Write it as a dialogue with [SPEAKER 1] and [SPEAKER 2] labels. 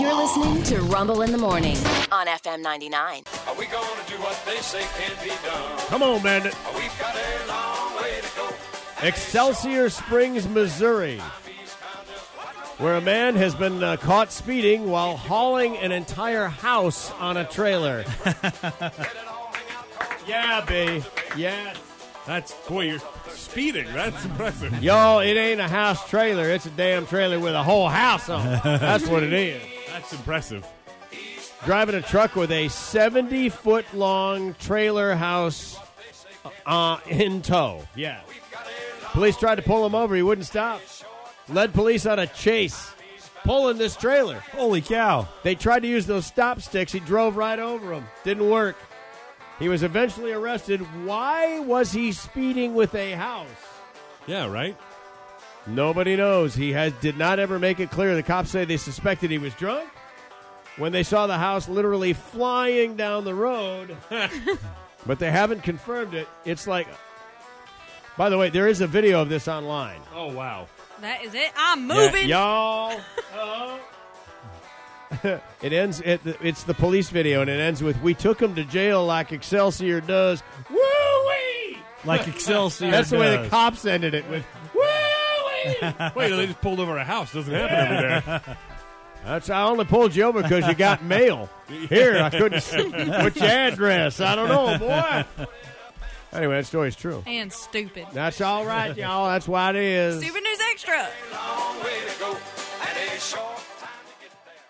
[SPEAKER 1] You're listening to Rumble in the Morning on FM 99.
[SPEAKER 2] Are we gonna do what they say can't be done?
[SPEAKER 3] Come on, Bandit.
[SPEAKER 2] We've got a long way to go.
[SPEAKER 3] Excelsior Springs, Missouri, where a man has been uh, caught speeding while hauling an entire house on a trailer. yeah, B. Yeah. That's
[SPEAKER 4] Boy, you're speeding. That's impressive.
[SPEAKER 3] yo. It ain't a house trailer. It's a damn trailer with a whole house on. it. That's what it is.
[SPEAKER 4] That's impressive.
[SPEAKER 3] Driving a truck with a seventy foot long trailer house uh, in tow. Yeah. Police tried to pull him over. He wouldn't stop. Led police on a chase, pulling this trailer.
[SPEAKER 4] Holy cow.
[SPEAKER 3] They tried to use those stop sticks. He drove right over them. Didn't work. He was eventually arrested. Why was he speeding with a house?
[SPEAKER 4] Yeah, right?
[SPEAKER 3] Nobody knows. He has did not ever make it clear. The cops say they suspected he was drunk. When they saw the house literally flying down the road, but they haven't confirmed it. It's like By the way, there is a video of this online.
[SPEAKER 4] Oh, wow.
[SPEAKER 5] That is it. I'm
[SPEAKER 3] Yeah,
[SPEAKER 5] moving.
[SPEAKER 3] y'all. Uh-oh. it ends. It, it's the police video, and it ends with "We took him to jail like Excelsior does." Woo wee!
[SPEAKER 6] Like Excelsior.
[SPEAKER 3] That's the way
[SPEAKER 6] does.
[SPEAKER 3] the cops ended it with "Woo wee."
[SPEAKER 4] Wait, they just pulled over a house. Doesn't happen over there.
[SPEAKER 3] That's I only pulled you over because you got mail. Here, I couldn't. see What's your address? I don't know, boy. Anyway, that story's true.
[SPEAKER 5] And stupid.
[SPEAKER 3] That's all right, y'all. That's why it is.
[SPEAKER 5] Stupid News Extra.
[SPEAKER 2] Long way to go. And a short